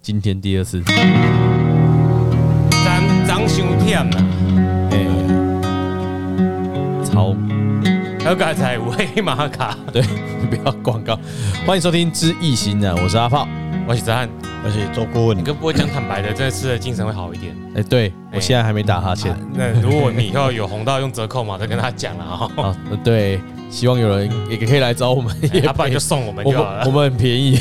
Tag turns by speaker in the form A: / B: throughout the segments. A: 今天第二次，
B: 咱咱伤忝啦，
A: 哎，超
B: 好刚才有黑马卡，
A: 对， 不要广告。欢迎收听《知易行难》，我是阿炮。
B: 我是子翰，
C: 而且周顾问
B: 你，跟波讲坦白的，真的吃了精神会好一点。
A: 哎，对我现在还没打哈欠
B: 啊 那如果你以后有红到用折扣码，再跟他讲了 哈。
A: 啊。呃对，希望有人也可以来找我们，
B: 哎
A: 也
B: 他不然就送我们
A: 我
B: 就
A: 们
B: 好
A: 我
B: 了。
A: 们很便 宜。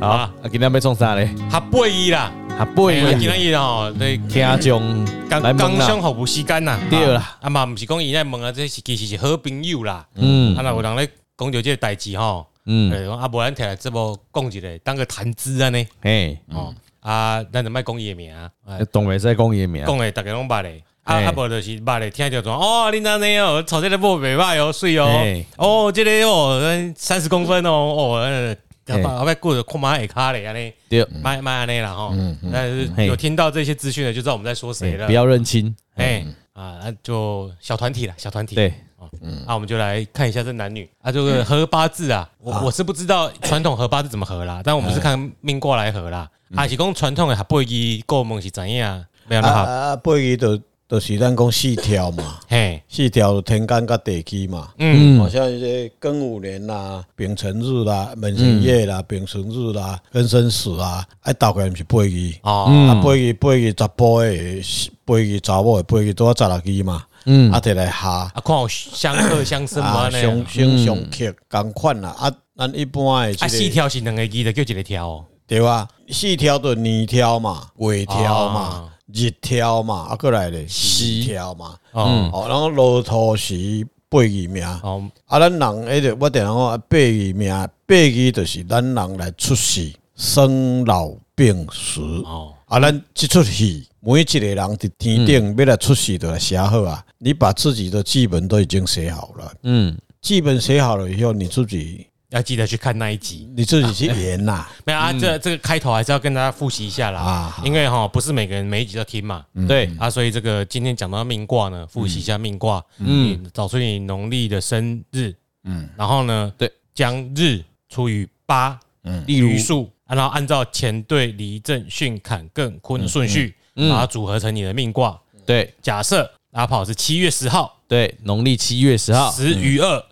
A: 好，
B: 啊
A: 啊，今天要送啥嘞？
B: 他不一啦，
A: 啊，不
B: 哎今
A: 一
B: 天伊吼，对，
A: 听众
B: 刚
A: 来
B: 刚
A: 问
B: 相
A: 啦，
B: 互无时间呐。
A: 对啦，
B: 啊嘛，不是讲伊在问啊，这是其实是好朋友啦。
A: 嗯
B: 啊，那有人咧讲到这个代志吼，
A: 嗯，
B: 哎，讲啊，无咱摕来这部讲一个，当个谈资安尼。
A: 嘿，
B: 哦，啊，咱就莫讲伊的名，哎
A: 懂袂使讲伊名，
B: 讲的逐个拢捌的。啊
A: 嘿
B: 啊，无就是捌的，听着讲哦，恁安尼哦，炒这个某袂歹哦，水哦
A: 嘿，
B: 哦，这个哦，三十公分哦，哦，呃
A: 嘿
B: 后摆顾着看马下骹咧，安尼，
A: 对，
B: 卖卖安尼啦吼。但是
A: 嗯嘿
B: 有听到这些资讯的，就知道我们在说谁
A: 哎
B: 了
A: 不。要认亲，
B: 哎啊，啊就小团体啦，小团体。
A: 对，嗯
B: 哦，啊，我们就来看一下这男女啊，这个合八字啊，我我是不知道传统合八字怎么合啦，但我
A: 嗯
B: 们是看命卦来合啦。啊，是讲传统的合八字过门是怎样？没有
C: 啊
B: 那好，
C: 啊，八伊就就是咱讲四条嘛，
B: 嘿，
C: 四条就天干甲地支嘛。
B: 嗯，
C: 好像一些庚午年啦、丙辰日啦、
B: 嗯
C: 壬辰月啦、丙辰日啦、庚申时啦，啊，大概毋是八字。
A: 嗯
B: 哦，
C: 啊，八字八字十八的，八字查某的，八字拄啊十六支嘛，
A: 嗯
C: 啊，摕来下。
B: 啊，看有相克相生
C: 啊，
B: 嘛
C: 相
B: 呢？
C: 相相克共款啦，啊，咱一般的
B: 嗯啊，
C: 这
B: 四
C: 个
B: 条是两个字的，叫一个条哦，
C: 对吧？四条就年条嘛，月条嘛
B: 啊，
C: 日条嘛，啊，过来咧
A: 时
C: 时条嘛，
B: 哦，
C: 哦，然后路途时八字命，啊，
B: 哦，
C: 咱人迄个我定讲啊，八字命，八字就是咱人来出世，生老病死。
B: 哦，
C: 啊，咱即出戏，每一个人伫天顶要来出世就来写好啊，你把自己的剧本都已经写好了，
A: 嗯，
C: 剧本写好了以后，你自己
B: 要记得去看那一集。
C: 你自己去演呐、
B: 没有啊，这这个开头还是要跟大家复习一下啦
C: 啊，
B: 因为哈，不是每个人每一集都听嘛。
A: 对，
B: 啊，所以这个今天讲到命卦呢，复习一下命卦，嗯，找出你农历的生日，嗯，然后呢，
A: 对，
B: 将日除以八，
A: 例如
B: 余数，啊然后按照乾兑离震巽坎艮坤顺序，
A: 嗯
B: 把它组合成你的命卦。
A: 对
B: 假设阿跑是七月十号，
A: 对，农历七月十号，嗯
B: 十余二，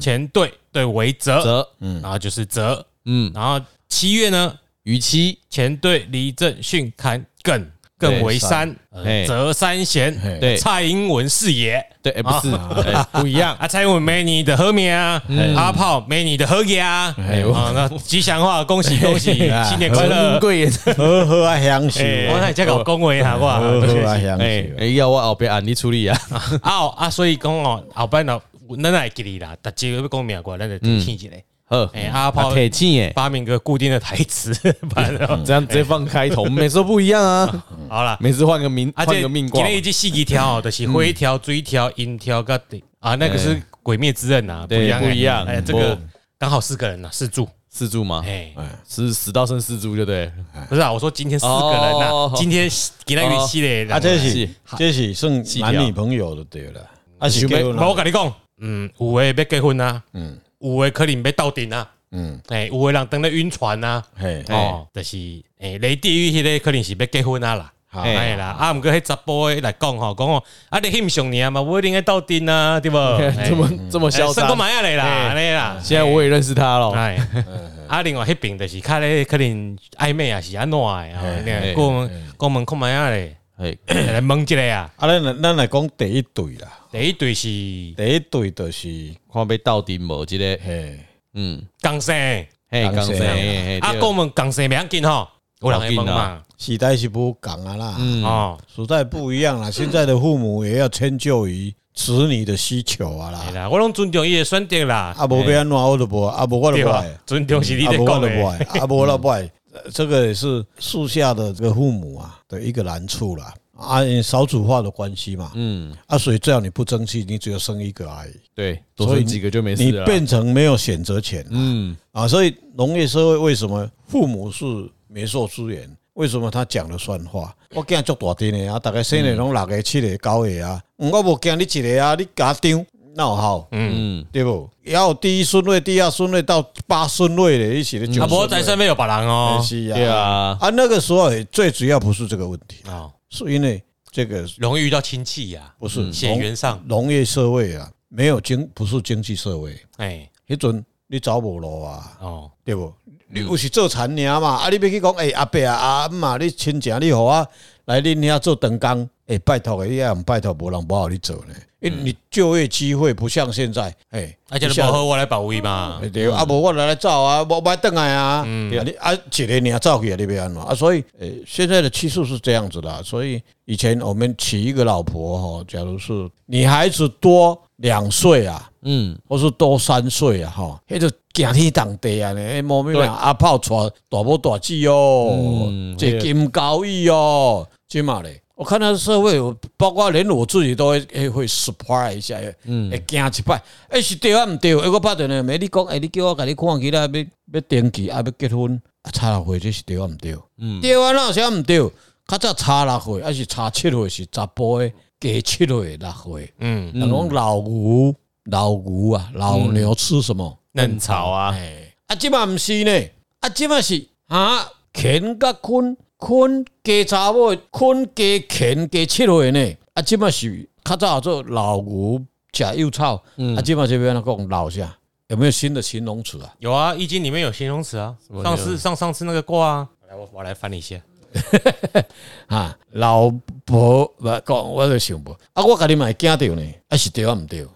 B: 乾兑对为泽，
A: 则
B: 然后就是泽，
A: 嗯，
B: 然后七月呢，
A: 逾期
B: 乾兑离震巽坎艮。艮为三，
A: 嘿
B: 泽三贤，
A: 对
B: 蔡英文是也，
A: 对，哎不是哎不一 样，
B: 啊，蔡英文没你的和面啊，
A: 嗯
B: 阿炮没你的和爷啊，
A: 呦
B: 啊，那吉祥话，恭喜恭 喜，
C: 啊
B: 新年快乐！
A: 哎贵言，
C: 好好啊享受，
B: 哎我那在搞恭维啊，我
C: 好好啊享
A: 哎
C: 受。
A: 哎要我后边按你处理啊，
B: 啊哦啊，所以讲哦，后摆呢，咱来记你啦，大家要讲名过，咱就提醒一下。
A: 好，
B: 哎阿炮
A: 啊铁青哎，
B: 发明个固定的台词， 不然哦
A: 这样直接放开头，每次都不一样啊，
B: 好 啦，
A: 每次换个名
B: 啊，
A: 换个命卦嗯
B: 今，天一只细几 条哦，就是灰条、锥条、银条跟地啊，那个是《鬼灭之刃》啊，不
A: 对
B: 一样，
A: 不一样
B: 哎，这
A: 不
B: 个
A: 啊
B: 刚好四个人呐，啊四柱，
A: 四柱吗？
B: 哎，
A: 是死到剩四柱就对了，
B: 不是啊，我说今天四个人呐、
A: 哎哦
B: 今天给那个系列，
C: 啊，这
A: 是
C: 是这是算男女朋友就对了，啊是结婚
B: 不我
C: 了，
B: 跟你讲，嗯，有的要结婚啊，嗯，有的可能要斗阵啊，
C: 嗯，
B: 哎，有的人等咧晕船啊，
C: 嘿，
B: 哦，就是哎，雷地狱迄个可能是要结婚啊啦。
C: 好
B: 哎啦，啊，毋过迄查甫的来讲吼，讲吼，啊，你翕相尔嘛，无一定会斗阵啊，对无？
A: 这么这么嚣
B: 个
A: 张，
B: 买下来啦，安尼啦。
A: 现在我也认识他了，
B: 哎，啊，另外迄边就是较咧，可能暧昧啊是安怎的啊？你过过门看买下咧。
A: 哎，
B: 来问一下啊，
C: 啊，咱来咱来讲第一对啦，
B: 第一对是
C: 第一对就是
A: 看被到底无这个，
C: 嘿，
A: 嗯，
B: 江生，
A: 嘿，
C: 刚
A: 刚
C: 才
A: 才嘿嘿
B: 啊，
A: 对
B: 讲问江生袂要紧吼，有人会
A: 不
B: 问
A: 要紧
B: 嘛
A: 啊，
C: 时代是不同啊啦，
A: 嗯
B: 哦，
C: 时代不一样啦，现在的父母也要迁就于子女的需求啊
B: 系
C: 啦，
B: 哎啦，我拢尊重伊的选择啦，
C: 啊，无要安怎我就无，啊，无我
B: 对
C: 就无
B: 吧
C: 爱，？
B: 尊重是你
C: 啊，
B: 在
C: 无
B: 讲
C: 我就
B: 的
C: 无，爱，啊，无我就无爱，呃这个也是树下的这个父母啊的一个难处啦，啊，因为少子化的关系嘛，
A: 嗯，
C: 啊，所以最好你不争气，你只有生一个而已。
A: 对，多
C: 所以
A: 生几个就没
C: 你
A: 事了，
C: 变成没有选择权
A: 嗯，
C: 啊！所以农业社会为什么父母是媒妁之言？为什么他讲了算话？我惊足大阵的啊，大概生的拢六个、七个、九个啊，嗯我无惊你一个啊，你家长，闹好，
A: 嗯，
C: 对不？要有第一顺位、第二顺位到八顺位的，一起的九
B: 啊，无
C: 顺
B: 在
C: 位。
B: 身边有别人哦，
C: 是
A: 对
C: 啊，
A: 啊，
C: 啊，那个时候也最主要不是这个问题，
B: 哦，
C: 是因为这个
B: 容易遇到亲戚呀，
C: 不是
B: 嗯血
C: 农
B: 缘上，
C: 农业社会啊，没有经不是经济社会，
B: 哎，
C: 迄阵你走无路啊，
B: 哦，
C: 对不？你有时做田尔嘛，啊，你要去讲，诶、阿伯啊，阿姆啊，你亲戚，你互我来恁遐做长工，诶、拜托诶，你也毋拜托，无人无互你做呢，因为你就业机会不像现在，诶、
B: 而且不好我来保卫嘛，
C: 对，啊，无我来来走啊，无买等来啊，对啊，你啊一个年走去啊，你要安怎啊？所以，呃，现在的趋势是这样子的啊，所以以前我们娶一个老婆哈，假如是女孩子多两岁啊，
A: 嗯，
C: 或是多三岁啊，哈，迄就惊天动地啊呢，迄莫名人阿炮娶大波大姊哦，这金高义哦，即嘛咧。我看到社会有，包括连我自己都会会会 surprise 一下，会惊一摆。哎、是对啊，毋对？哎，我拍电话，没你讲，哎、你叫我甲你看起来要要登记啊，要结婚啊，差六岁这是对啊，毋对？对啊，那有啥毋对？较早差六岁，还是差七岁是查甫诶，加七岁六岁。
B: 嗯，
C: 人讲老牛，老牛啊，老牛吃什么？
B: 嫩草啊，
C: 哎，啊，即嘛毋是呢，啊，即嘛是啊，啃甲困，困加查某，困加啃加七岁呢，啊，即嘛是较早做老牛食幼草，啊，即嘛这边讲老啥？有没有新的形容词啊？
B: 有啊，《易经》里面有形容词啊，
A: 么
B: 上次上上次那个卦啊，来我我来翻一下，
C: 啊，老婆不讲，我就想无啊，我甲你嘛会惊着呢，啊是对啊毋对？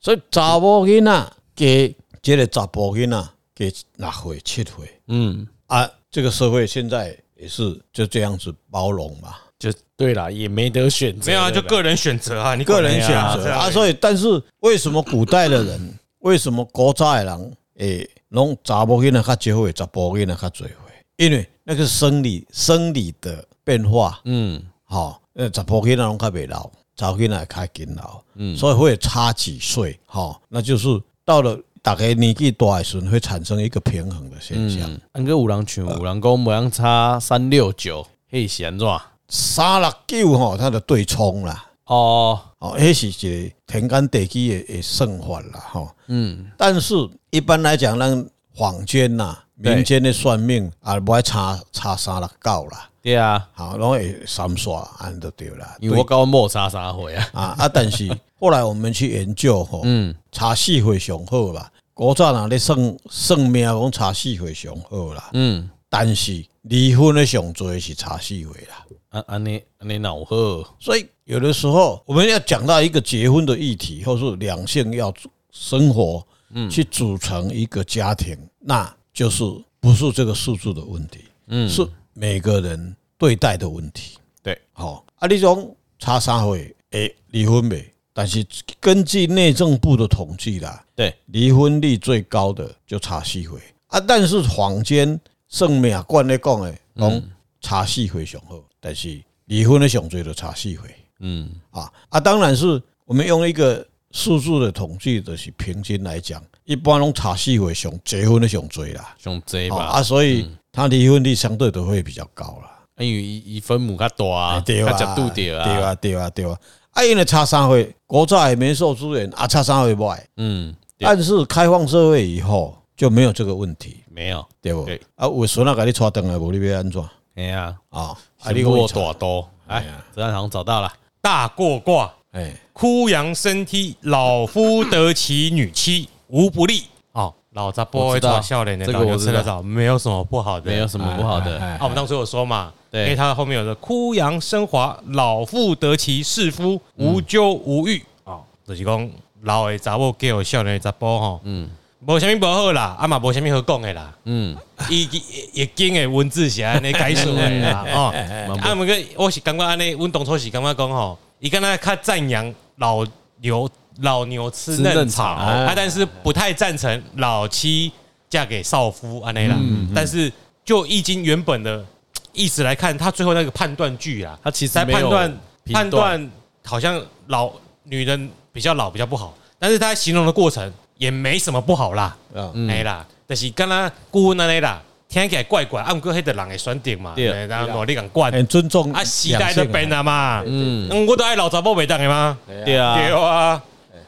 C: 所以查某囡仔加即个查甫囡仔加六岁七岁。
A: 嗯，
C: 啊，这个社会现在也是就这样子包容嘛，
A: 就对啦，也没得选择，
B: 没有啊，就
A: 各
B: 个人选择啊，你
C: 个人选
B: 管
C: 择
B: 他
C: 啊。
B: 啊，
C: 所以，但是为什么古代的人，为什么古早的人，诶，拢查某囡仔较少岁，查甫囡仔较侪岁？因为那个生理生理的变化，
A: 嗯
C: 吼、呃，查甫囡仔拢较袂老，查某囡仔较紧老，嗯，所以会差几岁，吼、那就是到了大概年纪大的时候，会产生一个平衡的现象。
A: 嗯，按个五郎群五郎公，五郎差三六九，嘿，是安怎样？
C: 三六九吼，它的对冲啦，
A: 哦，
C: 哦，迄是一个天干地支的的算法啦，吼、
A: 嗯，
C: 但是一般来讲，咱坊间呐、
A: 对
C: 民间的算命啊，不爱差差三六九啦，
A: 对啊，
C: 好，拢会三煞安就对啦。
A: 因为我跟我莫差三回啊，
C: 啊啊，但 是后来我们去研究吼，
A: 嗯，
C: 差四岁上好啦。古早人咧算算命讲差四岁上好啦，
A: 嗯，
C: 但是离婚的上多是差四岁啦。
A: 安啊安尼安尼脑好，
C: 所以有的时候我们要讲到一个结婚的议题，或是两性要生活，嗯，去组成一个家庭，那就是不是这个数字的问题，嗯，是每个人对待的问题。
A: 对，
C: 好、啊，你讲差三岁，诶，离婚没？但是根据内政部的统计啦，
A: 对，
C: 离婚率最高的就差四岁啊，但是坊间算命惯咧讲诶，讲
A: 嗯
C: 差四岁上好，但是离婚的上最就差四岁
A: 嗯
C: 啊啊，当然是我们用一个数字的统计，就是平均来讲，一般拢差四岁上结婚的上最啦，
A: 上济
C: 啊
A: 吧，嗯
C: 啊，所以他离婚率相对都会比较高啦。
A: 啊因为伊伊分母较大啊，
C: 对啊，
A: 较角度对啊，
C: 对，啊，对啊，对啊。啊，因为差三岁，国债免受资源啊，差三岁不爱。
A: 嗯，对
C: 但是开放社会以后就没有这个问题，
A: 没有，
C: 对不
A: 对？
C: 啊，有孙啊，给你带回来，无你要安怎啊？
A: 哎呀，
C: 啊，
A: 你
C: 你
A: 给
C: 给
A: 我
C: 我带，
A: 大多，哎
C: 哎呀，
A: 这好像找到了，
B: 大过卦，
C: 哎，
B: 枯阳生梯，老夫得其女妻，无不利。哦，老杂波
A: 我
B: 会
A: 知道
B: 抓笑脸的，
A: 这个
B: 老牛
A: 我知
B: 吃得
A: 道
B: 早，没有什么不好的，
A: 没有什么不好的，
C: 哎
B: 啊，我们当时有说嘛，
A: 对
B: 因为它后面有个“枯阳生华，老妇得其士夫，无咎无欲”嗯哦，就是讲老的查某给我少年的查甫吼，嗯，无啥物无好啦，啊嘛无啥物好讲的啦，
A: 嗯，
B: 伊伊经的文字是安尼解说的 啦，哦，
A: 哎嗯
B: 啊，毋过我是感觉安尼，阮当初是感觉讲吼，伊敢若较赞扬老牛老牛吃
A: 吃嫩
B: 嫩
A: 草
B: 草，
A: 哎
B: 啊，但是不太赞成老妻嫁给少夫安尼啦，
A: 嗯
B: 但是就易经原本的意思来看，他最后那个判断句啦，
A: 他其实
B: 在
A: 没有
B: 判断
A: 评
B: 判断好像老女人比较老比较不好，但是他形容的过程也没什么不好啦。
C: 啊，
A: 嗯
B: 哎啦，就是敢若顾问安尼啦，听起来怪怪，啊，毋过迄个人会选择嘛，
A: 对啊
B: 哎然后无你共管，
C: 很尊重
B: 啊，时代都变
C: 了，
B: 啊嘛，
A: 嗯，
B: 嗯，我都爱老查某袂当的嘛，
A: 对啊，
B: 对啊，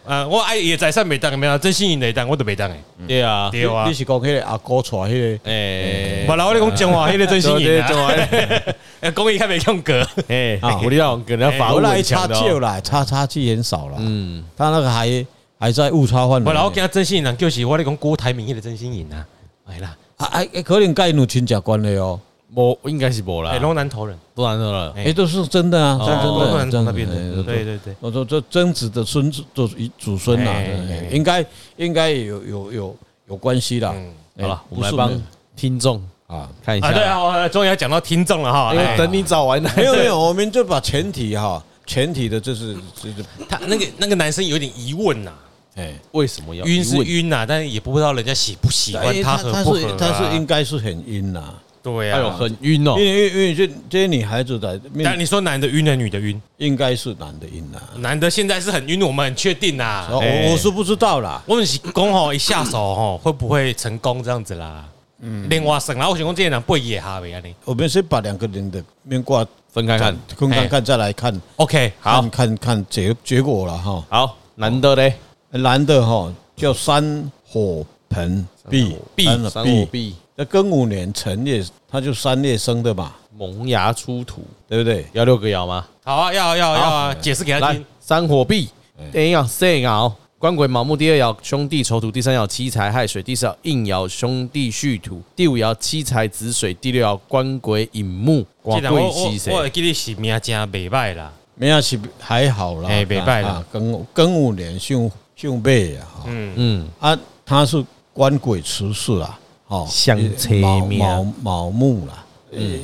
B: 啊，我爱也在上袂当，没有真心会当，我都袂当诶，
A: 对啊，哎
B: 对啊
C: 你。是讲迄个阿哥娶迄个？
A: 诶，
B: 无啦，我咧讲中 嗯华迄个真心
A: 对
B: 人
A: 对
B: 啊， 诶，讲伊较袂用格，
A: 哎
C: 啊，
A: 我你让跟人家法务
C: 我来
A: 很强
C: 差
A: 的
C: 距
A: 哦，
C: 啦，差差距很少啦。
A: 嗯，
C: 他那个还还在误差范
B: 无
C: 围。
B: 啦，我惊真心人就是我咧讲郭台铭迄个真心人啊，哎啦，
C: 啊哎，哎可能跟他有亲戚关系哦，
A: 无应该是无啦
B: 哎，，拢南投人，
A: 不然了，
B: 哎
C: 哎，都是真的啊，
A: 哦
C: 真的
B: 都
C: 真
B: 南
C: 的
B: 投
C: 真
B: 那
C: 的
B: 边
C: 哎
B: 的，
C: 都
B: 对对对，
C: 我说这曾子的孙子祖祖孙呐，
B: 哎
C: 对
B: 哎
C: 应该应该有有有有关系啦。
B: 嗯
C: 哎
A: 好了，我
C: 不
A: 们来
C: 是
A: 帮
C: 没
A: 听众
C: 啊，
A: 看一
B: 啊，
A: 下，
B: 对，啊，我终于要讲到听众了哈，
A: 因为
B: 哎
A: 等你找完
C: 没
A: 来，
C: 有没有，我们就把前提哈，前提的就是就是
B: 他那个那个男生有点疑问呐，
C: 哎，
A: 为什么要
B: 晕是
A: 问？
B: 晕呐，但是也不知道人家喜不喜欢
C: 哎
B: 他合
C: 他
B: 不合
C: 是
B: 啊，
C: 他是应该是很晕呐，
B: 对
A: 哎呦，
B: 啊，
A: 很晕哦
C: 因，为因为因为这这些女孩子的
B: 但
C: 面
B: 你说男的晕还是女的晕？
C: 应该是男的晕呐，
B: 男的现在是很晕，我们很确定啦。
C: 我
A: 哎
C: 我是不知道啦。
B: 我们是讲吼，一下手吼会不会成功这样子啦？嗯，另外省啦，我想讲这个人不会野哈维安尼。
C: 我们先把两个人的面挂
A: 分开看。
C: 空看看，再来看
B: OK，好
C: 看，看看结结果了哈。
A: 好，男的嘞，
C: 男的哈叫山火盆壁
B: 壁
C: 山火
A: 三五
C: 壁，
A: B
C: 那庚午年辰月，他就三月生的嘛，
A: 萌芽出土，
C: 对不对？
A: 要六个爻吗？
B: 好啊，要要要啊，解释给他
A: 来
B: 听。，
A: 三火币，哎第一爻四爻，官鬼卯木；第二爻兄弟丑土；第三爻七财亥水；第四爻应爻兄弟戌土；第五爻七财子水；第六爻官鬼寅木。
B: 这
A: 官
B: 人我
A: 鬼
B: 我
A: 是
B: 我
A: 谁？
B: 会记得是名真袂歹啦。
C: 没有是还好啦，
B: 哎袂歹啦
C: 啊。庚庚午年凶凶背啊，哈
B: 嗯，
A: 嗯，
C: 啊，他是官鬼持世啊，哦，
A: 相车
C: 卯
A: 命
C: 卯卯木啦，
B: 嗯
C: 呃，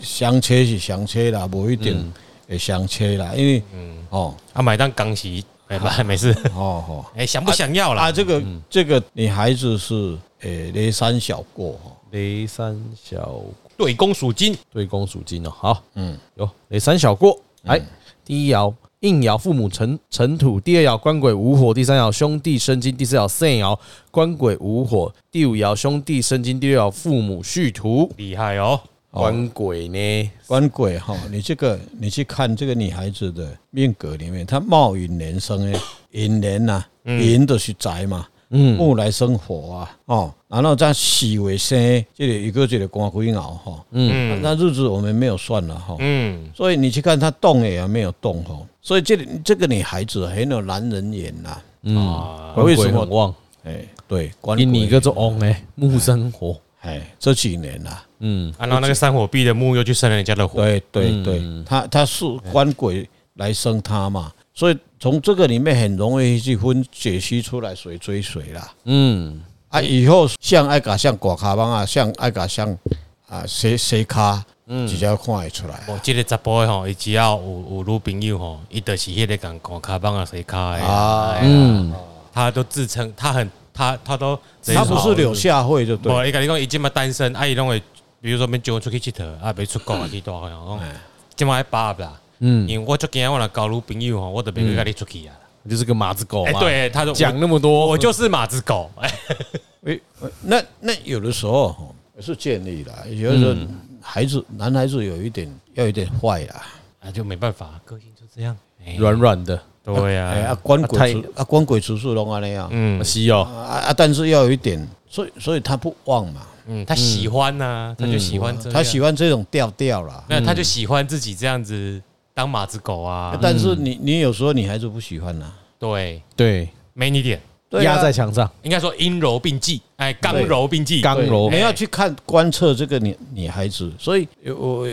C: 相车是相车啦，不一
A: 嗯
C: 定会相车啦，因为哦
B: 啊，买单刚洗，拜拜，没事。
C: 哦哦。
B: 哎，想不想要
C: 啊，
B: 啦？
C: 这个
A: 嗯
C: 这个女孩子是诶雷山小过哈，
A: 雷三小
B: 对公属金，
A: 对公属金哦，好，
C: 嗯
A: 嗯，有雷三小过，
B: 嗯
A: 来，第一爻应爻父母尘尘土，第二爻官鬼无火，第三爻兄弟生金，第四爻肾爻官鬼无火，第五爻兄弟生金，第六爻父母戌土，
B: 厉害哦。
A: 官鬼呢？
B: 嗯
C: 官鬼哈，你这个你去看这个女孩子的命格里面，她冒寅年生哎诶，寅年呐、寅啊就是宅嘛，
A: 嗯，
C: 木来生火啊，哦，然后再喜为生，这里一个这里官鬼爻哈，
B: 嗯
C: 那日子我们没有算了哈，
B: 嗯，
C: 所以你去看她动也没有动哈，所以这里这个女孩子很有男人缘呐、
B: 啊，
A: 官
C: 为
A: 鬼
C: 什么
A: 很旺？
C: 哎，对，官鬼
A: 因你个做翁呢，木生火，
C: 哎，这几年呐、
A: 嗯，
B: 啊，然后那个山火壁的木又去生了人家的火，
C: 对对对，嗯他他是官鬼来生他嘛，所以从这个里面很容易去分解析出来谁追谁啦。
A: 嗯，
C: 啊，以后像爱甲像刮卡帮啊，像爱甲像啊谁谁卡，直接看得出来啊。
B: 我哦这个查甫的吼，伊只要有有女朋友吼，伊就是迄个讲讲卡邦啊，谁卡的
C: 啊
A: 嗯，
B: 他都自称他很他他都
C: 他不是柳，下惠就对，
B: 我伊甲你讲伊即嘛单身，啊伊拢会，比如说免叫阮出去佚佗，啊袂出
C: 嗯
B: 国啊去倒讲，
C: 哎
B: 即嘛爱巴啦，嗯，因为我最惊我若交女朋友吼，我都袂
C: 嗯
B: 去甲你出去啊。
A: 嗯就是个马子狗
B: 哎，
A: 嘛。，
B: 对，他说
A: 讲那么多，
B: 我我就是马子狗，哎，
C: 诶那那有的时候吼是建议啦，有的时候孩子男孩子有一点要有一点坏啦。
B: 啊就没办法，个性就这样。哎
A: 软软的，
B: 对
C: 哎
B: 呀，
C: 啊，官
A: 啊太
C: 鬼出啊，官鬼出世拢安尼啊，
B: 嗯
A: 西哦，
C: 啊啊，但是要有一点，所以所以他不忘嘛，
B: 嗯，他喜欢呐，他就喜欢这样，
C: 嗯他喜嗯欢这种调调啦。
B: 没有，他就喜欢自己这样子当马子狗啊，
C: 但是你你有时候你还是不喜欢啊呐，
B: 对，
A: 对，
B: 没你点，
C: 对啊
A: 压在墙上，
B: 应该说阴柔并济，哎，刚柔并济，
A: 刚柔
C: 你要去看观测这个女女孩子，所以有我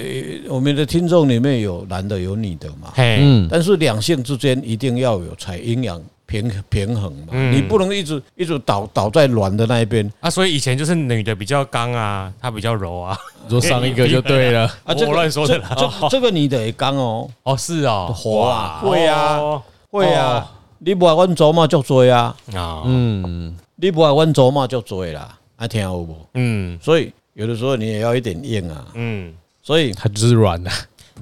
C: 我们的听众里面有男的有女的嘛，
B: 嘿，
A: 嗯，
C: 但是两性之间一定要有才阴阳平平衡嘛，
B: 嗯
C: 你不能一直一直倒倒在软的那一边
B: 啊，所以以前就是女的比较刚啊，她比较柔啊，
A: 说上一个就对了，
C: 啊。
B: 我乱说的啦。
C: 这这这个女的也刚哦，
B: 哦，是哦，
C: 火啊
B: 哇
C: 会啊
B: 哦
C: 会啊，你不爱阮祖嘛就做啊，
B: 啊，
A: 嗯，
C: 你不爱阮祖嘛就做啦，啊听有无？
B: 嗯
C: 所以有的时候你也要一点硬啊。
B: 嗯，啊
C: 所以
A: 它就是软的，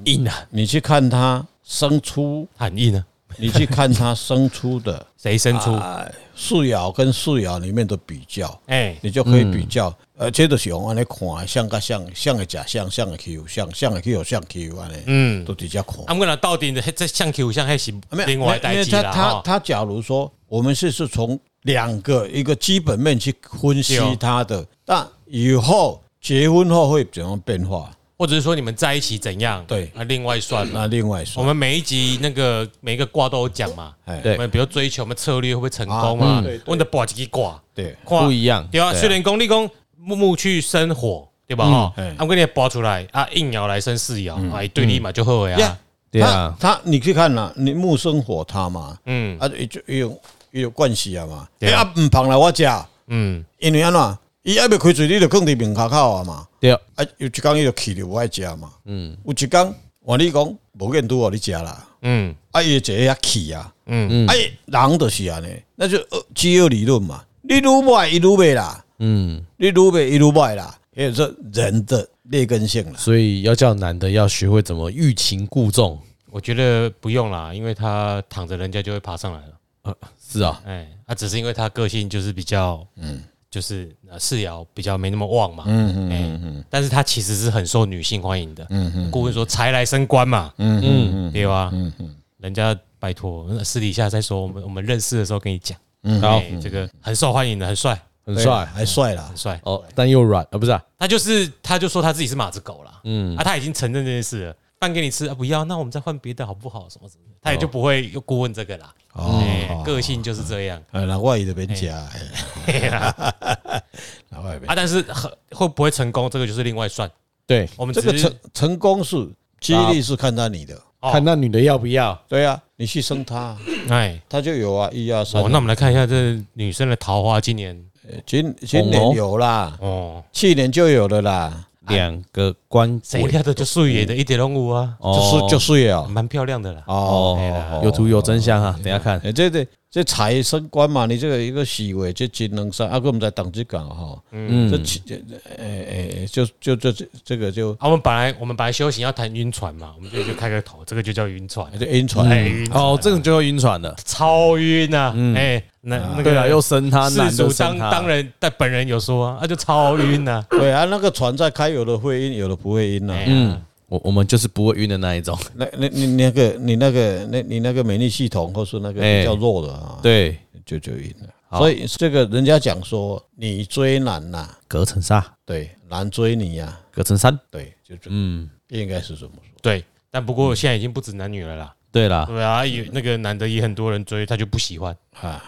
A: 硬的，
C: 你去看他生出，
B: 很硬啊，
C: 你去看他生出的
B: 谁生出？
C: 哎素爻跟素爻里面的比较，
B: 哎，
C: 你就可以比较。呃，这都是用安尼看的，像个像像个假象，像个 Q，像像个 Q，像 Q 安尼，
B: 嗯，
C: 都比较看。
B: 他们讲到底的这像 Q 像还是
C: 啊没有
B: 另外
C: 没有
B: 代
C: 没有
B: 际
C: 他
B: 啦，哦
C: 他
B: 哈
C: 他假如说我们是是从两个一个基本面去分析
B: 对
C: 它的，但以后结婚后会怎样变化？
B: 或者是说你们在一起怎样？
C: 对
B: 那另外算了。
C: 那另外
B: 我
C: 说，
B: 们每一集那个每一个卦都有讲嘛，
C: 哎，
A: 对
B: 我们比如追求我们策略会不会成功啊
A: 啊嗯？
B: 我们的卦几卦，
C: 对，
B: 看
A: 不一样
B: 对啊，
C: 对啊
B: 虽然讲你讲木木去生火，对吧？
A: 嗯
B: 哈、
C: 嘿
B: 我给你拔出来啊，硬爻来生四爻，哎、对你嘛就好呀、
C: 呀
B: 啊。
A: 对啊，
C: 他他你去看啦，你木生火他嘛，
B: 嗯
C: 啊，伊就伊有伊有关系啊嘛，
B: 对
C: 哎
B: 啊
C: 啊，毋放来我遮，
B: 嗯，
C: 因为安怎，伊还未开嘴，你就放伫面口口啊嘛，
A: 对，
C: 啊，有一工伊就去就无爱食嘛，
A: 嗯
C: 有一工我你讲无瘾拄互你食啦，
B: 嗯
C: 啊，伊就一遐去啊，
B: 嗯
A: 嗯
C: 啊，伊人就是安尼，那就呃饥饿理论嘛，你愈歹伊愈袂啦，
A: 嗯，
C: 你愈歹伊愈歹啦，也有说人的劣根性啦，
A: 所以要叫男的要学会怎么欲擒故纵。
B: 我觉得不用啦，因为他躺着人家就会爬上来了。
A: 是啊，
B: 哎、啊，只是因为他个性就是比较，嗯，就是呃四爻比较没那么旺嘛。嗯嗯嗯但是他其实是很受女性欢迎的。嗯嗯。顾问说财来升官嘛，
A: 嗯
B: 对吧？嗯嗯。人家拜托呃私底下再说，我们我们认识的时候跟你讲。
A: 嗯，好
B: 哎，，这个很受欢迎的，很帅，
A: 很
C: 对啦
A: 帅
C: 哎还帅啦
B: 很，帅。
A: 哦，但又软啊，不是啊，
B: 他就是，他就说他自己是马子狗啦，嗯，啊，他已经承认这件事了。饭给你吃啊，不要，那我们再换别的好不好？什么什么的，他也就不会又过问这个啦。
C: 哦
B: 哎，个性就是这样
C: 哎，那我伊就免食，哎
B: 嘿啦
C: 那我也 免
B: 啊。但是很会不会成功，这个就是另外算。
A: 对，
B: 我们
C: 这
B: 只
C: 个
B: 是
C: 成成功是几率是看到你的，
B: 哦
A: 看那女的要不要，
C: 对啊，你去生他，
B: 哎，
C: 他就有啊，一二三
B: 哦，，那我们来看一下这女生的桃花，今年
C: 今今年有啦，
B: 哦，
C: 去年就有了啦，
A: 两个官
B: 我
A: 鬼，
B: 料的就素颜的一点都无啊，
C: 就是就是有
B: 蛮漂亮的啦。哎
C: 哦
B: 呀，
A: 有图有真相啊，等一下看，
C: 哎，这这这财神官嘛，你这个一个喜位，这金能山，啊，我们在等这港哈，
A: 嗯
C: 这，其这哎哎，就就就这这个就
B: 啊，我们本来我们本来修行要谈晕船嘛，我们就就开个头，这个就叫晕船。
C: 就晕船，
B: 哎，晕船
A: 哦，这种就要晕船了，
B: 超晕啊！哎，那那
A: 对啊，
B: 个
A: 又生他，
B: 世
A: 男的
B: 俗
A: 生
B: 当
A: 他，
B: 当然，但本人有说啊，那就超晕 啊。
C: 对啊，那个船在开，有的会晕，有的不会晕呐。
B: 嗯，
A: 我我们就是不会晕的那一种，
C: 那那你你那个你那个那你那个免疫系统或是那个
A: 哎
C: 比较弱的啊，
A: 对，
C: 就就赢了。
A: 好
C: 所以这个人家讲说，你追难呐、
A: 隔层纱，
C: 对，难追你呀、
A: 隔层山，
C: 对，就就
A: 嗯，
C: 应该是这么说。
B: 对。但不过现在已经不止男女了啦，
A: 对啦，
B: 对啊，有那个男的也很多人追，他就不喜欢，
C: 啊，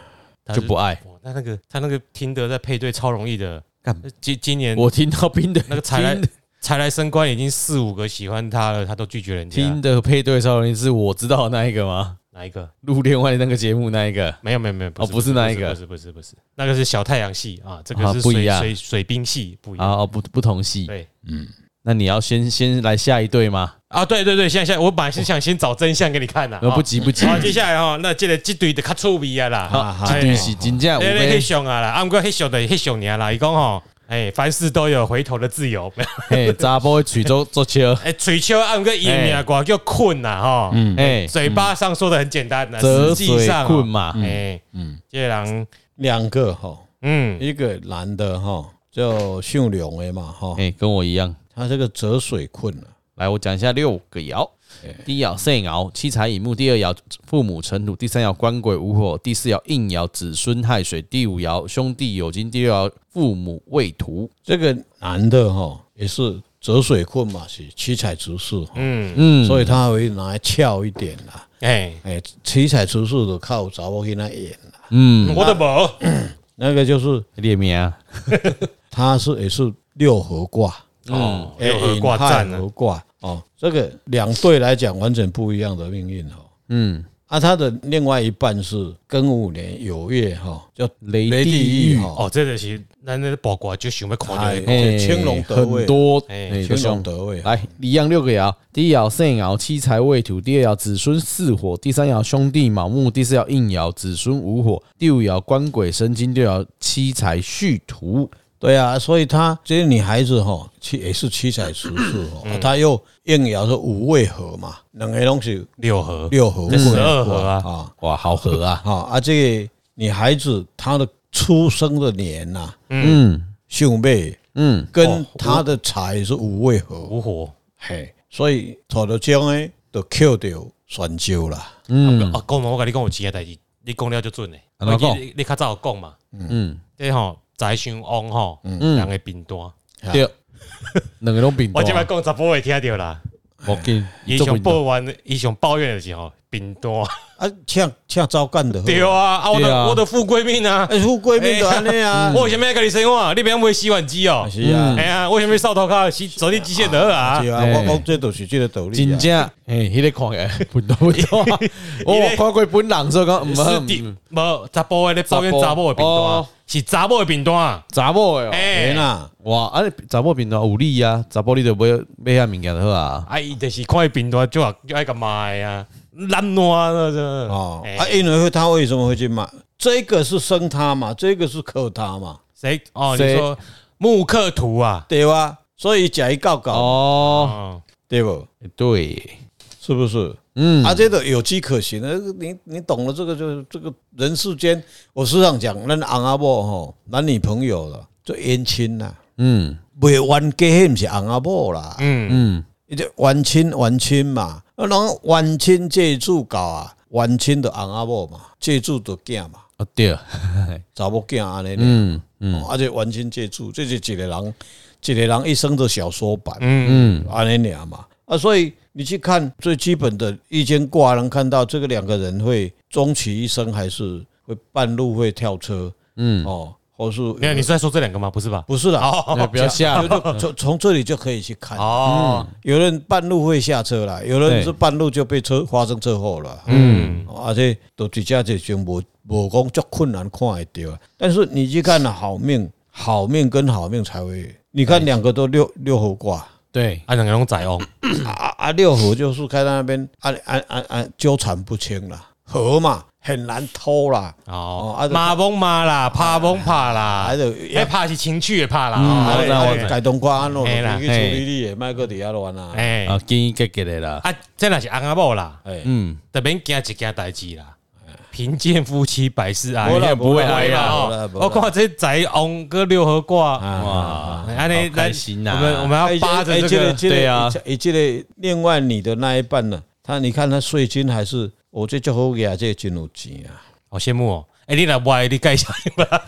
B: 他
A: 就不。爱。
B: 哇那那个他那个听得在配对超容易的
A: 干，
B: 今今年
A: 我听到冰的
B: 那个才来
A: 听
B: 才来升官已经四五个喜欢他了，他都拒绝人家
A: 听。的配对超容易是我知道的那一个吗？
B: 哪一个？
A: 录恋爱那个节目那一个，
B: 没有没有没有，
A: 哦不是那一个
B: 不是不是不是，那个是小太阳系啊，这个
A: 啊
B: 是
A: 不一
B: 水
A: 样
B: 水水冰系不一样。
A: 啊哦不不同系，
B: 对，
A: 那你要先先来下一对吗？
B: 啊，对对对，现在现在我本来是想先找真相给你看的、
A: 呃
B: 啊，
A: 不急不急，
B: 好，接下来哈，那这个这对的较趣味啊啦，
A: 好，这对是真正有
B: 对对，
A: 被
B: 黑熊啊啦，啊，不过黑熊的黑熊年啦，伊讲吼，哎，凡事都有回头的 自由，
A: 嘿，查甫的嘴做做笑，
B: 哎，嘴笑啊，不过伊名歌叫困呐吼，
A: 哎，
B: 嘴巴上说的很简单呐，啊
A: 折
B: 嗯实
A: 水
B: 际
A: 嗯
B: 上
A: 困
B: 哦，
A: 嘛，
B: 哎，嗯，这个人，
C: 两个哈，
B: 嗯，
C: 一个男的哈，叫姓梁的嘛哈，
A: 哎，跟我一样。
C: 他这个折水困啊，
A: 来，我讲一下六个爻。
B: 哎
A: 第一爻肾爻，七财乙木；第二爻父母尘土；第三爻官鬼无火；第四爻应爻子孙亥水；第五爻兄弟有金；第六爻父母未土。
C: 这个男的哈也是折水困嘛，是七彩直视哈，
B: 嗯，
A: 嗯
C: 所以他会拿来翘一点啦。
B: 哎，
C: 哎，七彩直视的靠查某去那演啦，
A: 嗯，
B: 我都无，
C: 那个就是
A: 列名啊，
C: 他是也是六合卦。
A: 嗯
B: 哦，
C: 哎
B: 六合挂战
C: 引
B: 呢
C: 亥合，卦
B: 嗯
C: 哦，这个两对来讲完全不一样的命运哦。
A: 嗯，
C: 啊，他的另外一半是庚午年酉月哈，叫
A: 雷
C: 雷地
A: 地
C: 狱
A: 狱，
C: 哈，
B: 哦，这就是咱那八卦就想要看到的，
C: 哎青龙得位
A: 很多，
B: 哎
A: 哎
C: 青龙
A: 凶
C: 得位。哦
A: 来，一样六个爻，第一爻肾爻，七财未土；第二爻子孙巳火；第三爻兄弟卯木；第四爻应爻子孙午火；第五爻官鬼申金；第六爻七财戌土。
C: 对啊，所以她这些女孩子哈，七也是七彩十数
B: 嗯
C: 哦，她又应爻是五位合嘛，两个东西
B: 六合，
C: 六合
B: 这
C: 过来
B: 12合啊
C: 啊
A: 哇，好合啊！
C: 啊啊！这个女孩子她的出生的年呐、
A: 嗯
C: 兄妹
A: 嗯，
C: 跟她的财是五位
A: 哦
C: 合，
B: 五火，
C: 嘿，所以土豆姜诶，就扣掉选椒啦。
B: 啊啊，讲嘛，我跟你讲有一个代志你讲了就准诶。
A: 嗯安怎讲
B: 我记得你你较早有讲嘛？
A: 嗯，
B: 这吼财相旺吼，人会贫惰。
A: 对，两个拢平
B: 我
A: 等
B: 即摆讲十波会听着啦。
A: 无紧，
B: 伊
A: 做
B: 想
A: 平等
B: 抱怨，伊想抱怨的是吼贫 惰。
C: 啊，请请招干的，
B: 对啊，啊我
A: 对啊嗯
B: 的我的富贵命啊！
C: 哎，富贵命就安 尼啊，
B: 我为什么要跟你生活？你不要买洗碗机哦。
C: 是啊
B: 哎，呀，为什么扫头壳洗手电机械得啊
C: 是？啊，
A: 哎
C: 我讲这都是这个道理
A: 真
C: 啊。
A: 正，嘿，迄个看起来不多不多，我看过本人所以讲，毋
B: 是
A: 是
B: 的，无查甫的咧抱怨查某的贫惰
A: 嗯
B: 啊
A: 哦，
B: 是查某的贫惰。啊
A: 查某诶哦，
C: 哎
B: 哎，
C: 呐，
A: 哇，啊，你查某平等有理啊，查甫你就买买遐物件就好啊，
B: 啊，伊就是看伊贫惰，就啊就爱个骂的啊，烂烂的
A: 哎
B: 这。
C: 哦
B: 哦，，
C: 啊，因为他为什么会去买？这个是生他嘛，这个是克他嘛，
B: 谁？哦，
A: 谁
B: 你说木刻图啊？
C: 对吧？所以假一告告，
A: 哦，
B: 哦，
C: 对不？
A: 对，
C: 是不是？
A: 嗯，
C: 啊，这个有机可循的，你你懂了这个就是这个人世间，我时常讲，咱昂阿婆吼，男女朋友了，做冤亲呐，
A: 嗯
C: 袂冤家迄毋是昂阿婆啦，
B: 嗯，
A: 嗯，
C: 伊就冤亲冤亲嘛，啊，人冤亲借主搞啊，冤亲就昂阿婆嘛，借主就囝嘛，
A: 啊对，
C: 查某囝安尼咧，
A: 嗯嗯
C: 哦啊，这冤亲借主，这是一个人一个人一生的小说版，
A: 嗯
C: 安尼俩嘛啊，所以你去看最基本的易经卦，能看到这个两个人会终其一生还是会半路会跳车
A: 嗯，哦
C: 哦，或是
B: 没有，你是在说这两个吗？不是吧？
C: 不是啦，
A: 那不要吓
C: 就，就从从这里就可以去看，
A: 嗯
B: 哦，
C: 有人半路会下车啦，有人
A: 对
C: 是半路就被车发生车祸了。
B: 嗯，
C: 哦而且都直接就已经无无讲足困难看会到啊。但是你去看了啊好命，好命跟好命才会，你看两个都六六合卦，
A: 对，
B: 啊，两个拢宰哦，
C: 啊啊啊！六合就是看到那边啊啊啊啊纠缠不清啦，合嘛很难偷啦，哦啊
B: 哦
C: 就，
B: 骂崩骂啦，怕崩怕啦，
C: 啊就
B: 哎，怕是情绪也怕啦，
A: 我知道
B: 哦
A: 我知道
C: 哎改动挂安咯，
B: 嘿啦
C: 你去处理你也卖个底下乱啦，
B: 哎，
A: 啊，建议结结的啦，
B: 啊，这若是翁仔某啦，
C: 哎，
A: 嗯，
B: 特别惊一件代志啦。贫贱夫妻百事哀，
C: 没啦
A: 不会
B: 哎
A: 哀
B: 呀
A: 啦，啊
C: 没啦
B: 哦
C: 没啦
B: 我看这宅翁哥六合卦，哇，安尼
A: 好
B: 咱
A: 开心呐
B: 我们我们
C: 哎
B: 要扒着这个，
A: 对啊，
C: 以这个另外你的那一半呢，他你看他税金还是我这就好呀，这个真有钱啊，
B: 好羡慕哦。哎，你来歪，你介绍一下，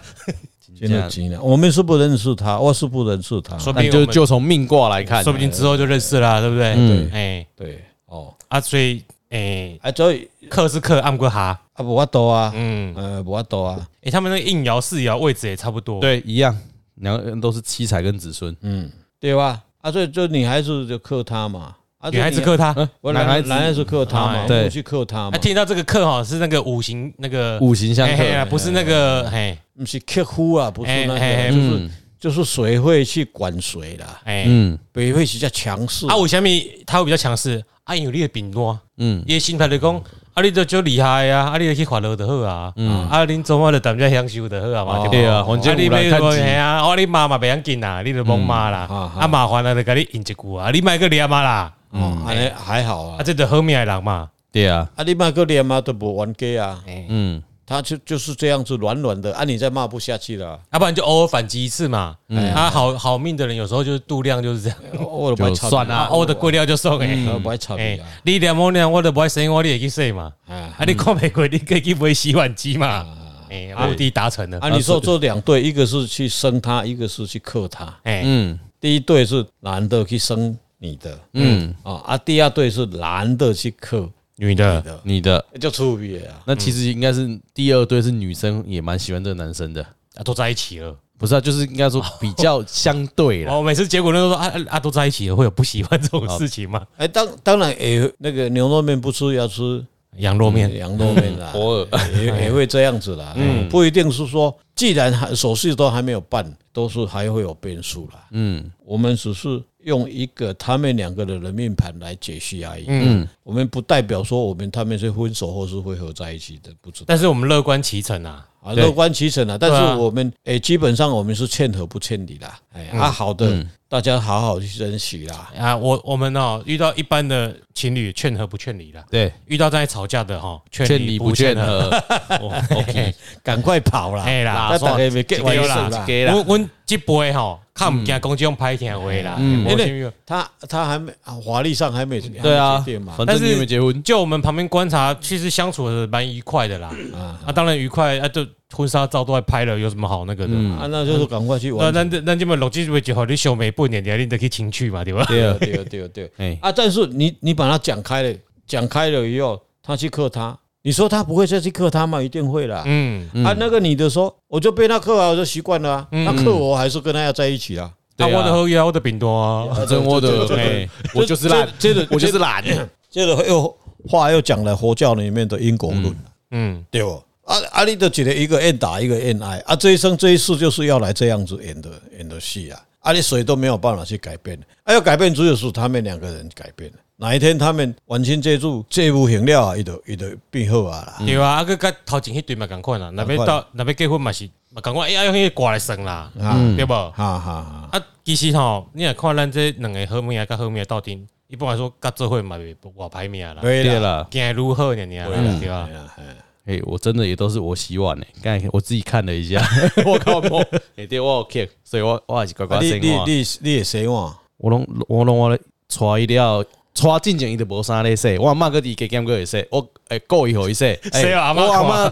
C: 真有钱啊，我们是不认识他，我是不认识他，
B: 说不
A: 那
B: 定
A: 就
B: 我们
A: 就从命卦来看，
B: 说不定之后就认识啦，对不对？哎
C: 对哦，
B: 啊，所以哎，
C: 啊，所以
B: 克是克，暗过哈，
C: 啊，无法度啊，
B: 嗯，
C: 呃，无法度啊，
B: 哎，他们那个应爻、四爻位置也差不多，，
A: 对一样，两个人都是七彩跟子孙，
C: 嗯，对吧？啊，所以就女孩子就克他嘛，啊，
B: 女孩子
C: 所以
B: 克他。
C: 我
A: 男
C: 男
A: 孩
C: 孩
A: 子
C: 男孩子克他
B: 哎
C: 嘛，
A: 对
C: 我去克他
B: 啊，
C: 嘛，
B: 听到这个克哈是那个五行那个
A: 五行相
B: 嘿嘿啊
A: 克，
B: 不是那个嘿，
C: 不是克夫啊，不是那
B: 哎哎哎
C: 个，就是就是谁会去管谁啦，
B: 哎，
A: 嗯
C: 北会比较强势
B: 啊，为什么他会比较强势？啊，因为你的病弱，
A: 嗯，
B: 伊的心态就讲，啊，你就就厉害啊，啊，你就去快乐就好啊，啊，恁做我就踮遮享受就好啊嘛，
A: 嗯对
B: 吧
A: 啊反正
B: 啊你
A: 有人
B: 要
A: 趁钱
B: 嘿啊，我你骂嘛袂要紧啦，你就甭骂啦，
C: 嗯啊
B: 啊，麻烦啊，就甲你应一句啊，你莫个念啊啦，
C: 嗯，安尼还好
B: 啊，
C: 啊，
B: 这就好命的人嘛，
A: 对啊，
C: 啊，你卖个脸嘛都不玩家啊，
B: 哎
A: 嗯
C: 他就就是这样子软软的，啊，你再骂不下去了啊，
B: 要不然就偶尔反击一次嘛，
A: 嗯
B: 啊，好好命的人有时候就是度量哎就是这样，
C: 我我都不爱
A: 就
C: 吵
A: 算
C: 你
A: 啊嗯
B: 啊，我的过了就送诶，
C: 我不爱吵
B: 哎
C: 你啊，
B: 你念某念我就不爱生，我你会去说嘛，
C: 啊
B: 啊，你看袂过，你可以去买洗碗机嘛。哎，目的达成了。
C: 啊，你说这两对，一个是去生他，一个是去克他，
B: 哎，
A: 嗯
C: 第一对是男的去生你的，
A: 嗯，
C: 啊啊，第二对是男的去克，
B: 女的，
A: 你的
C: 就出别啊。
A: 那其实应该是第二对是女生也蛮喜欢这个男生的，
B: 啊，都在一起了。
A: 不是啊，就是应该说比较相对 啦，
B: 哦，每次结果都说啊啊啊，都在一起了，会有不喜欢这种事情吗？
C: 哎，当当然也那个牛肉面不吃要吃
B: 羊肉面，
C: 羊肉面啦，
A: 哦嗯偶尔哎
C: 也也会这样子啦。嗯，不一定是说，既然还手续都还没有办，都是还会有变数啦。
A: 嗯
C: 我们只是用一个他们两个的人命盘来解析而已。
B: 嗯，
C: 我们不代表说我们他们是分手或是会合在一起的，不知道
B: 但是我们乐观其成啊。
C: 啊，
A: 对
C: 乐观其成啊。但
B: 对啊
C: 是我们哎，基本上我们是欠和不欠理啦。
B: 嗯
C: 哎，啊，好的，大家好好去珍惜啦。
B: 啊，我我们哦遇到一般的情侣劝和不劝离啦。
A: 对，
B: 遇到正在吵架的哈，劝
A: 劝
B: 离
A: 你不劝
B: 劝和，
A: 和 哦，OK，
C: 赶快跑啦！
B: 哎啦，
C: 那大家袂
A: 一
C: 结
A: 个
C: 完
B: 对
C: 事
B: 啦
C: 啦。
A: 一个
B: 阮阮这辈吼，较毋惊讲这种歹听话啦。
A: 嗯
B: 因为
C: 他他还没啊华丽上还没还没
A: 对啊
C: 决定嘛，，
A: 反
B: 但
A: 正你
B: 是
A: 也没结婚，
B: 就我们旁边观察，其实相处的蛮愉快的啦。
C: 啊
B: 啊，当然愉快啊，就婚纱照都还拍了，有什么好那个的？
A: 嗯
C: 啊，那就是赶快去
B: 啊那
C: 玩。
B: 咱咱这边录制会就好，你小妹半年，你你得去情趣嘛，对吧？
A: 对啊，
C: 对对对对
A: 哎，
C: 啊！但是你你把他讲开了，讲开了以后，他去克他，你说他不会再去克他吗？一定会啦。
B: 嗯，
A: 嗯
C: 啊，那个女的说，我就被他克啊，我就习惯了啊。那
B: 嗯
C: 克我还是跟他要在一起啊。
B: 啊，
A: 对啊
B: 我的喝药，我的饼多啊，
A: 反正我的
C: 这个，
A: 哎，我就是懒，
C: 这个
A: 我就是懒，
C: 接着又话又讲了佛教里面的因果论，
B: 嗯，
C: 对不？啊啊，你都觉得一个愿打一个愿挨啊，这一生这一世就是要来这样子演的演的戏啊，啊，你谁都没有办法去改变，啊，要改变只有是他们两个人改变。哪一天他们完全借助这部行了啊，伊就伊就变好啊啦。
B: 对啊，啊个甲头前迄对嘛共款啦，啊若要到若要结婚嘛是嘛共款，哎呀，用迄个挂来算啦，对无？啊，
C: 哈哈哈，
B: 其实吼，你若看咱这两个好命甲好命斗阵，一般来说甲做伙嘛袂偌歹命啦，
C: 对
A: 对
C: 啦，
A: 了，
B: 行如何呢？呢，啊对啊吧
C: 哎？呀哎呀
A: 哎，我真的也都是我洗碗诶，刚才我自己看了一下， 我靠，我哎对我有 kick，所以我我还是乖
C: 啊
A: 乖
C: 你
A: 生
C: 你
A: 活，
C: 你你也谁哇？
A: 我拢我拢我咧带伊了。带进前伊就无啥咧说，我阿嬷个伫加减个会说，我诶过伊互伊说，
B: 洗了阿嬷
A: 我阿
B: 看
A: 嬷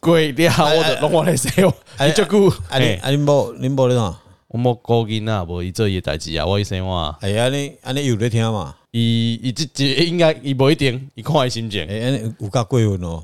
A: 过了，我就拢我咧说，伊足久，
C: 啊你
A: 哎
C: 啊你某你某咧哪？
A: 我无顾囡仔，无伊做伊诶代志啊，我伊生活啊。
C: 哎呀你啊你有咧听嘛？
A: 伊伊即即应该伊无一定，伊看伊心情。
C: 哎，安尼有够过分哦！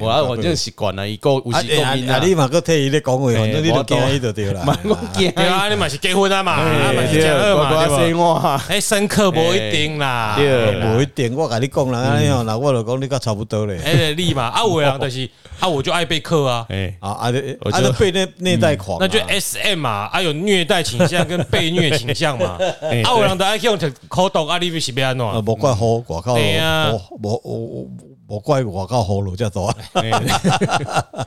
A: 无啊，反正习惯啦，伊够有
C: 啊
A: 时够
C: 啊
A: 面哎
C: 啊！你嘛搁替伊咧讲话，反正你
A: 我
C: 就
A: 懂
C: 惊伊就对 啦。
A: 嘛，我惊
B: 对啊，你嘛是结婚啊嘛，啊嘛是结
A: 哎对，乖
B: 婚嘛，
A: 乖
B: 对
A: 生
B: 无？
A: 活。哎
B: 哎，深刻无一定啦，
A: 对啦
C: 啊无一定，我甲你讲啦，安尼哦，那我就讲你甲差不多咧。
B: 哎，就是你嘛，啊，有的人就是啊，我就爱被克啊，
A: 哎，
C: 啊啊！你
A: 我
C: 啊，
A: 就
C: 就被那内在狂啊，
B: 那就哎 S M 嘛，啊有虐待倾向跟被虐倾向 嘛，
A: 哎对哦
B: 啊有人爱用口毒啊，你是要安怎
C: 啊，
B: 样？
C: 无怪好，外口
B: 对啊
C: 无无无无怪外口好路啊遮多。
A: 啊哎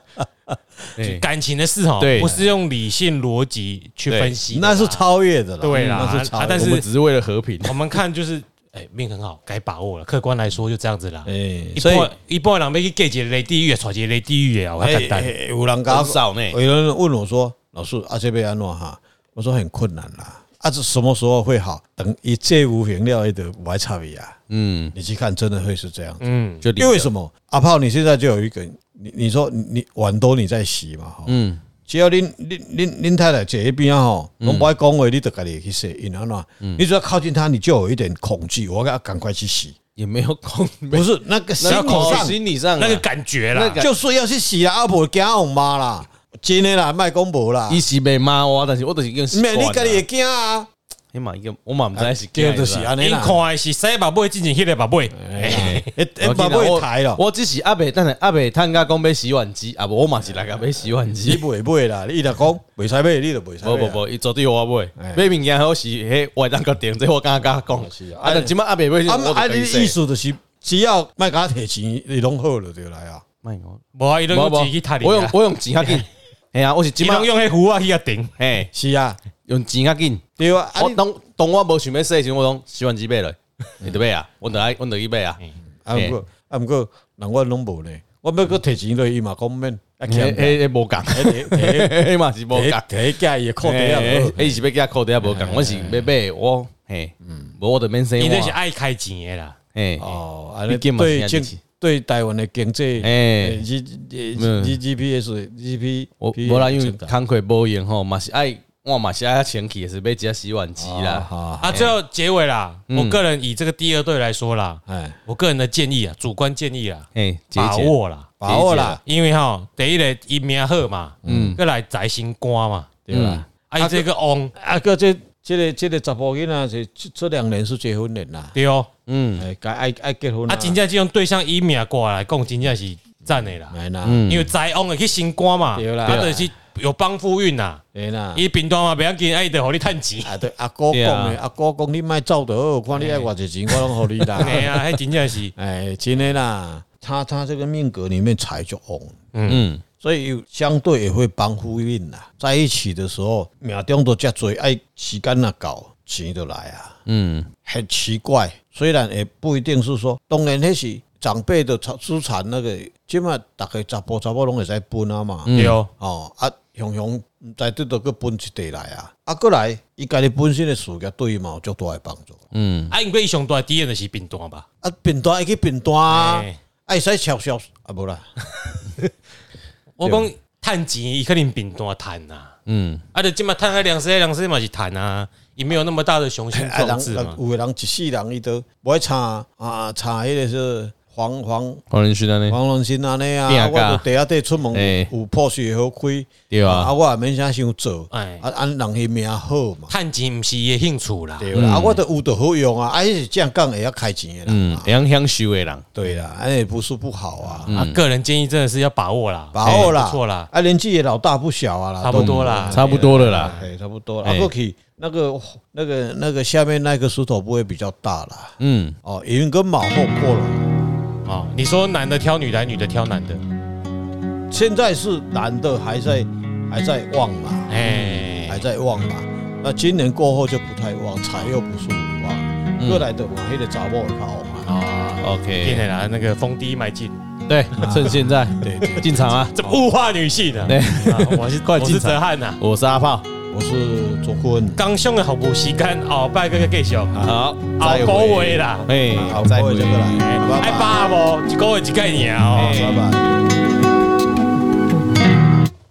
B: 感情的事哦，
A: 对
B: 不是用理性逻辑去分析的啦，
C: 那是超越的啦，
B: 对啦
C: 那是超
B: 啊
C: 越。
B: 但
A: 我
B: 是
A: 们只是为了和平。
B: 我们看就是，哎，命很好，该把握了。客观来说就这样子啦。
C: 哎，
B: 一
C: 所以
B: 般一般人要去嫁一个雷地狱，娶一个雷地狱的，我较
C: 哎
B: 简单。
C: 哎有人甲我
A: 很少呢
C: 有人问我说：“老师，啊，这边安怎哈？”我说：“很困难啦。”啊，这什么时候会好？等一借无原料的歪差别啊！
A: 嗯，
C: 你去看，真的会是这样子。
B: 嗯，
A: 就
C: 因为什么？阿炮，你现在就有一个，你你说你你碗都你在洗嘛，哈，
A: 嗯，
C: 只要恁恁恁恁太太坐一边啊，吼，拢不爱讲话，你就家己去洗，因安怎？
A: 嗯
C: 你只要靠近她，你就有一点恐惧，我要赶快去洗。
A: 也没有空，
C: 不是那个心
A: 那
C: 理
A: 口
C: 上，
A: 心理上啊
B: 那个感觉啦
A: 那，个
C: 就是要去洗啊，阿婆惊我妈啦，真的啦，卖公婆啦
A: 伊，是被骂我，但是我就是已经习
C: 免
A: 惯
C: 你家己会
A: 了。
C: 惊啊，
A: 你嘛一个，我嘛毋知是
C: 对，就是
A: 啊。
C: 安尼
B: 因
C: 啦
B: 看，的是西把尾，进前迄个把尾，
C: 哎，哎，把
A: 啊我
C: 尾
A: 记得
C: 抬了，
A: 我只是阿伯，等下阿伯趁甲讲买洗碗机，啊无我嘛是来甲买洗碗
C: 你
A: 机。
C: 袂买啦，你若讲袂使买，啊你就袂使。
A: 无无，无，伊绝对啊有我买，
C: 哎
A: 买物件好是迄外当个定，这我敢甲讲
C: 是。啊
A: 啊，但即摆阿伯买，
C: 啊
A: 我
C: 啊，
A: 啊
C: 你的意思就是只要卖甲摕钱，你拢好了就来啊。
A: 卖哦我，
B: 无啊，伊
A: 无
B: 拢
A: 无
B: 自己踢你
A: 我用
B: 啦。
A: 我用钱较紧。哎呀，我是即
B: 伊
A: 摆
B: 拢用迄壶啊去啊顶，
A: 哎
C: 是啊，
A: 用钱较紧。
C: 对啊，啊
A: 我
C: 你嗯
A: 当当我无想要洗的时阵，我讲洗碗机买落，你得买啊，我得爱我得去买啊。
C: 啊毋过啊毋过，人我拢无呢，我要搁摕钱落去伊嘛，讲免啊，
A: 迄
C: 欠摕
A: 迄迄无共，
C: 摕 摕
A: 迄嘛是无共。
C: 摕摕假伊裤底啊，
A: 哎哎伊是要加扣底啊无共，我是要买我
C: 嗯
A: 嘿，无我得免洗
B: 伊那是
A: 碗。啊
B: 爱开钱的啦。
A: 哎，
C: 啊哦，安尼
A: 毕竟嘛是安
C: 对
A: 尼
C: 经
A: 是
C: 对台湾的经济，
A: 哎
C: 哎，G G
A: 嗯
C: G P S G P，
A: 我无啦，因为工课无闲吼，嘛是爱我嘛是爱清气，也是要只洗碗机啦。
C: 啊，
B: 啊，最后结尾啦，我个人以这个第二队来说啦，
C: 哎，
B: 我个人的建议啊，主观建议啊，
A: 哎，节
B: 把
A: 俭
B: 握啦，
C: 把握啦，
B: 因为吼，第一个伊名好嘛，
A: 嗯
B: 嗯，再来宅心肝嘛，
C: 对啦，
B: 啊，伊这个翁
A: 嗯
C: 啊，个这这个这个查甫囡仔是这这两年是结婚年啦，
B: 对哦，
A: 嗯
C: 哎，该爱爱结婚
B: 啊，
C: 啦，
B: 真正这种对象伊名挂来讲，真正是赞的啦，
C: 来啦，
A: 嗯，
B: 因为宅翁会去心肝嘛，
C: 对啦
B: 啊，就是有帮夫运呐，
C: 对啦。
B: 伊平端嘛不要紧，啊，伊就互你趁钱，
C: 啊，对，阿哥
A: 对啊
C: 讲的，阿哥讲你卖走就好，看你爱偌济钱，我拢互你 啦。
B: 哎呀，迄真正是，
C: 哎，真的啦，他他这个命格里面财就旺，
A: 嗯
C: 所以有相哎对也会帮夫运啦。在一起的时候，命中都遮多，爱时间若到，钱就来啊，
A: 嗯，
C: 很奇怪。虽然也不一定是说，当然那是长辈的财资产那个，即嘛大家查甫查某拢会使分啊嘛。
A: 嗯
B: 对哦，
C: 哦啊，雄雄毋知得到佫分一地来啊，啊，过来伊家己本身的事业对伊嘛有足大的帮助。
A: 嗯
B: 啊，因为伊上大的敌人就是贫惰吧？
C: 啊，贫惰会去贫惰啊
B: 嘿，
C: 啊，会使悄悄啊，无啦，
B: 我讲趁钱，伊肯定贫惰趁呐。
A: 嗯
B: 嗯，啊，就即嘛趁个两三两三嘛是趁啊，伊没有那么大的雄心
C: 啊，
B: 壮
C: 人
B: 志
C: 人
B: 嘛。
C: 有的人一世人伊都无爱差啊，差迄个是黄黄
A: 黄仁勋安尼，
C: 黄龙新安尼啊，
A: 拼
C: 啊
A: 甲
C: 我就地下底出门
A: 嘿
C: 有有破水好开，
A: 对
C: 啊，
A: 啊，
C: 我也免啥想做，
B: 哎嗯
C: 啊，按人迄命好嘛，
B: 趁钱毋是伊的兴趣啦。
C: 对啦，啊，我都有就好用啊，啊，迄是这样讲会晓开钱的
A: 嗯
C: 啦，，
A: 会晓享受的人，
C: 对啦，安也不是不好啊。
B: 啊，个人建议真的是要把握啦，
C: 把握啦，
B: 哎不错啦，
C: 啊，年纪也老大不小啊啦，
B: 差不多啦
C: 都
A: 差不多了啦，
C: 哎，差不多了。
A: 哎
C: 啊，过去那个那个那个下面那个石头不会比较大啦。
A: 嗯，
C: 哦，云跟马后破了。
B: 啊。你说男的挑女的，女的挑男的，
C: 嗯现在是男的还在还在旺嘛，
B: 哎
C: 还，在旺嘛。那今年过后就不太旺，财又不是很
B: 嗯
C: 旺，过来的嘛，那个杂货也较旺啊。
B: 啊
A: OK
B: 骗人啦，那个逢低买进，
A: 对，趁现在
C: 对对，
A: 进场啊，
B: 怎么物化女性啊？
A: 对
B: 啊 我是
A: 快
B: 我
A: 进
B: 是
A: 场
B: 泽汉呐，
A: 我是阿炮，
C: 我是左坤，
B: 刚上的服务时间，后摆个继续，后
A: 好，
C: 再会
B: 个月啦，
A: 哎，
C: 好，
A: 再
C: 各位这个
B: 哎
A: 会。
C: 来，
B: 爱
C: 拜拜，
B: 把握一个月一概年哦。
C: 拜拜。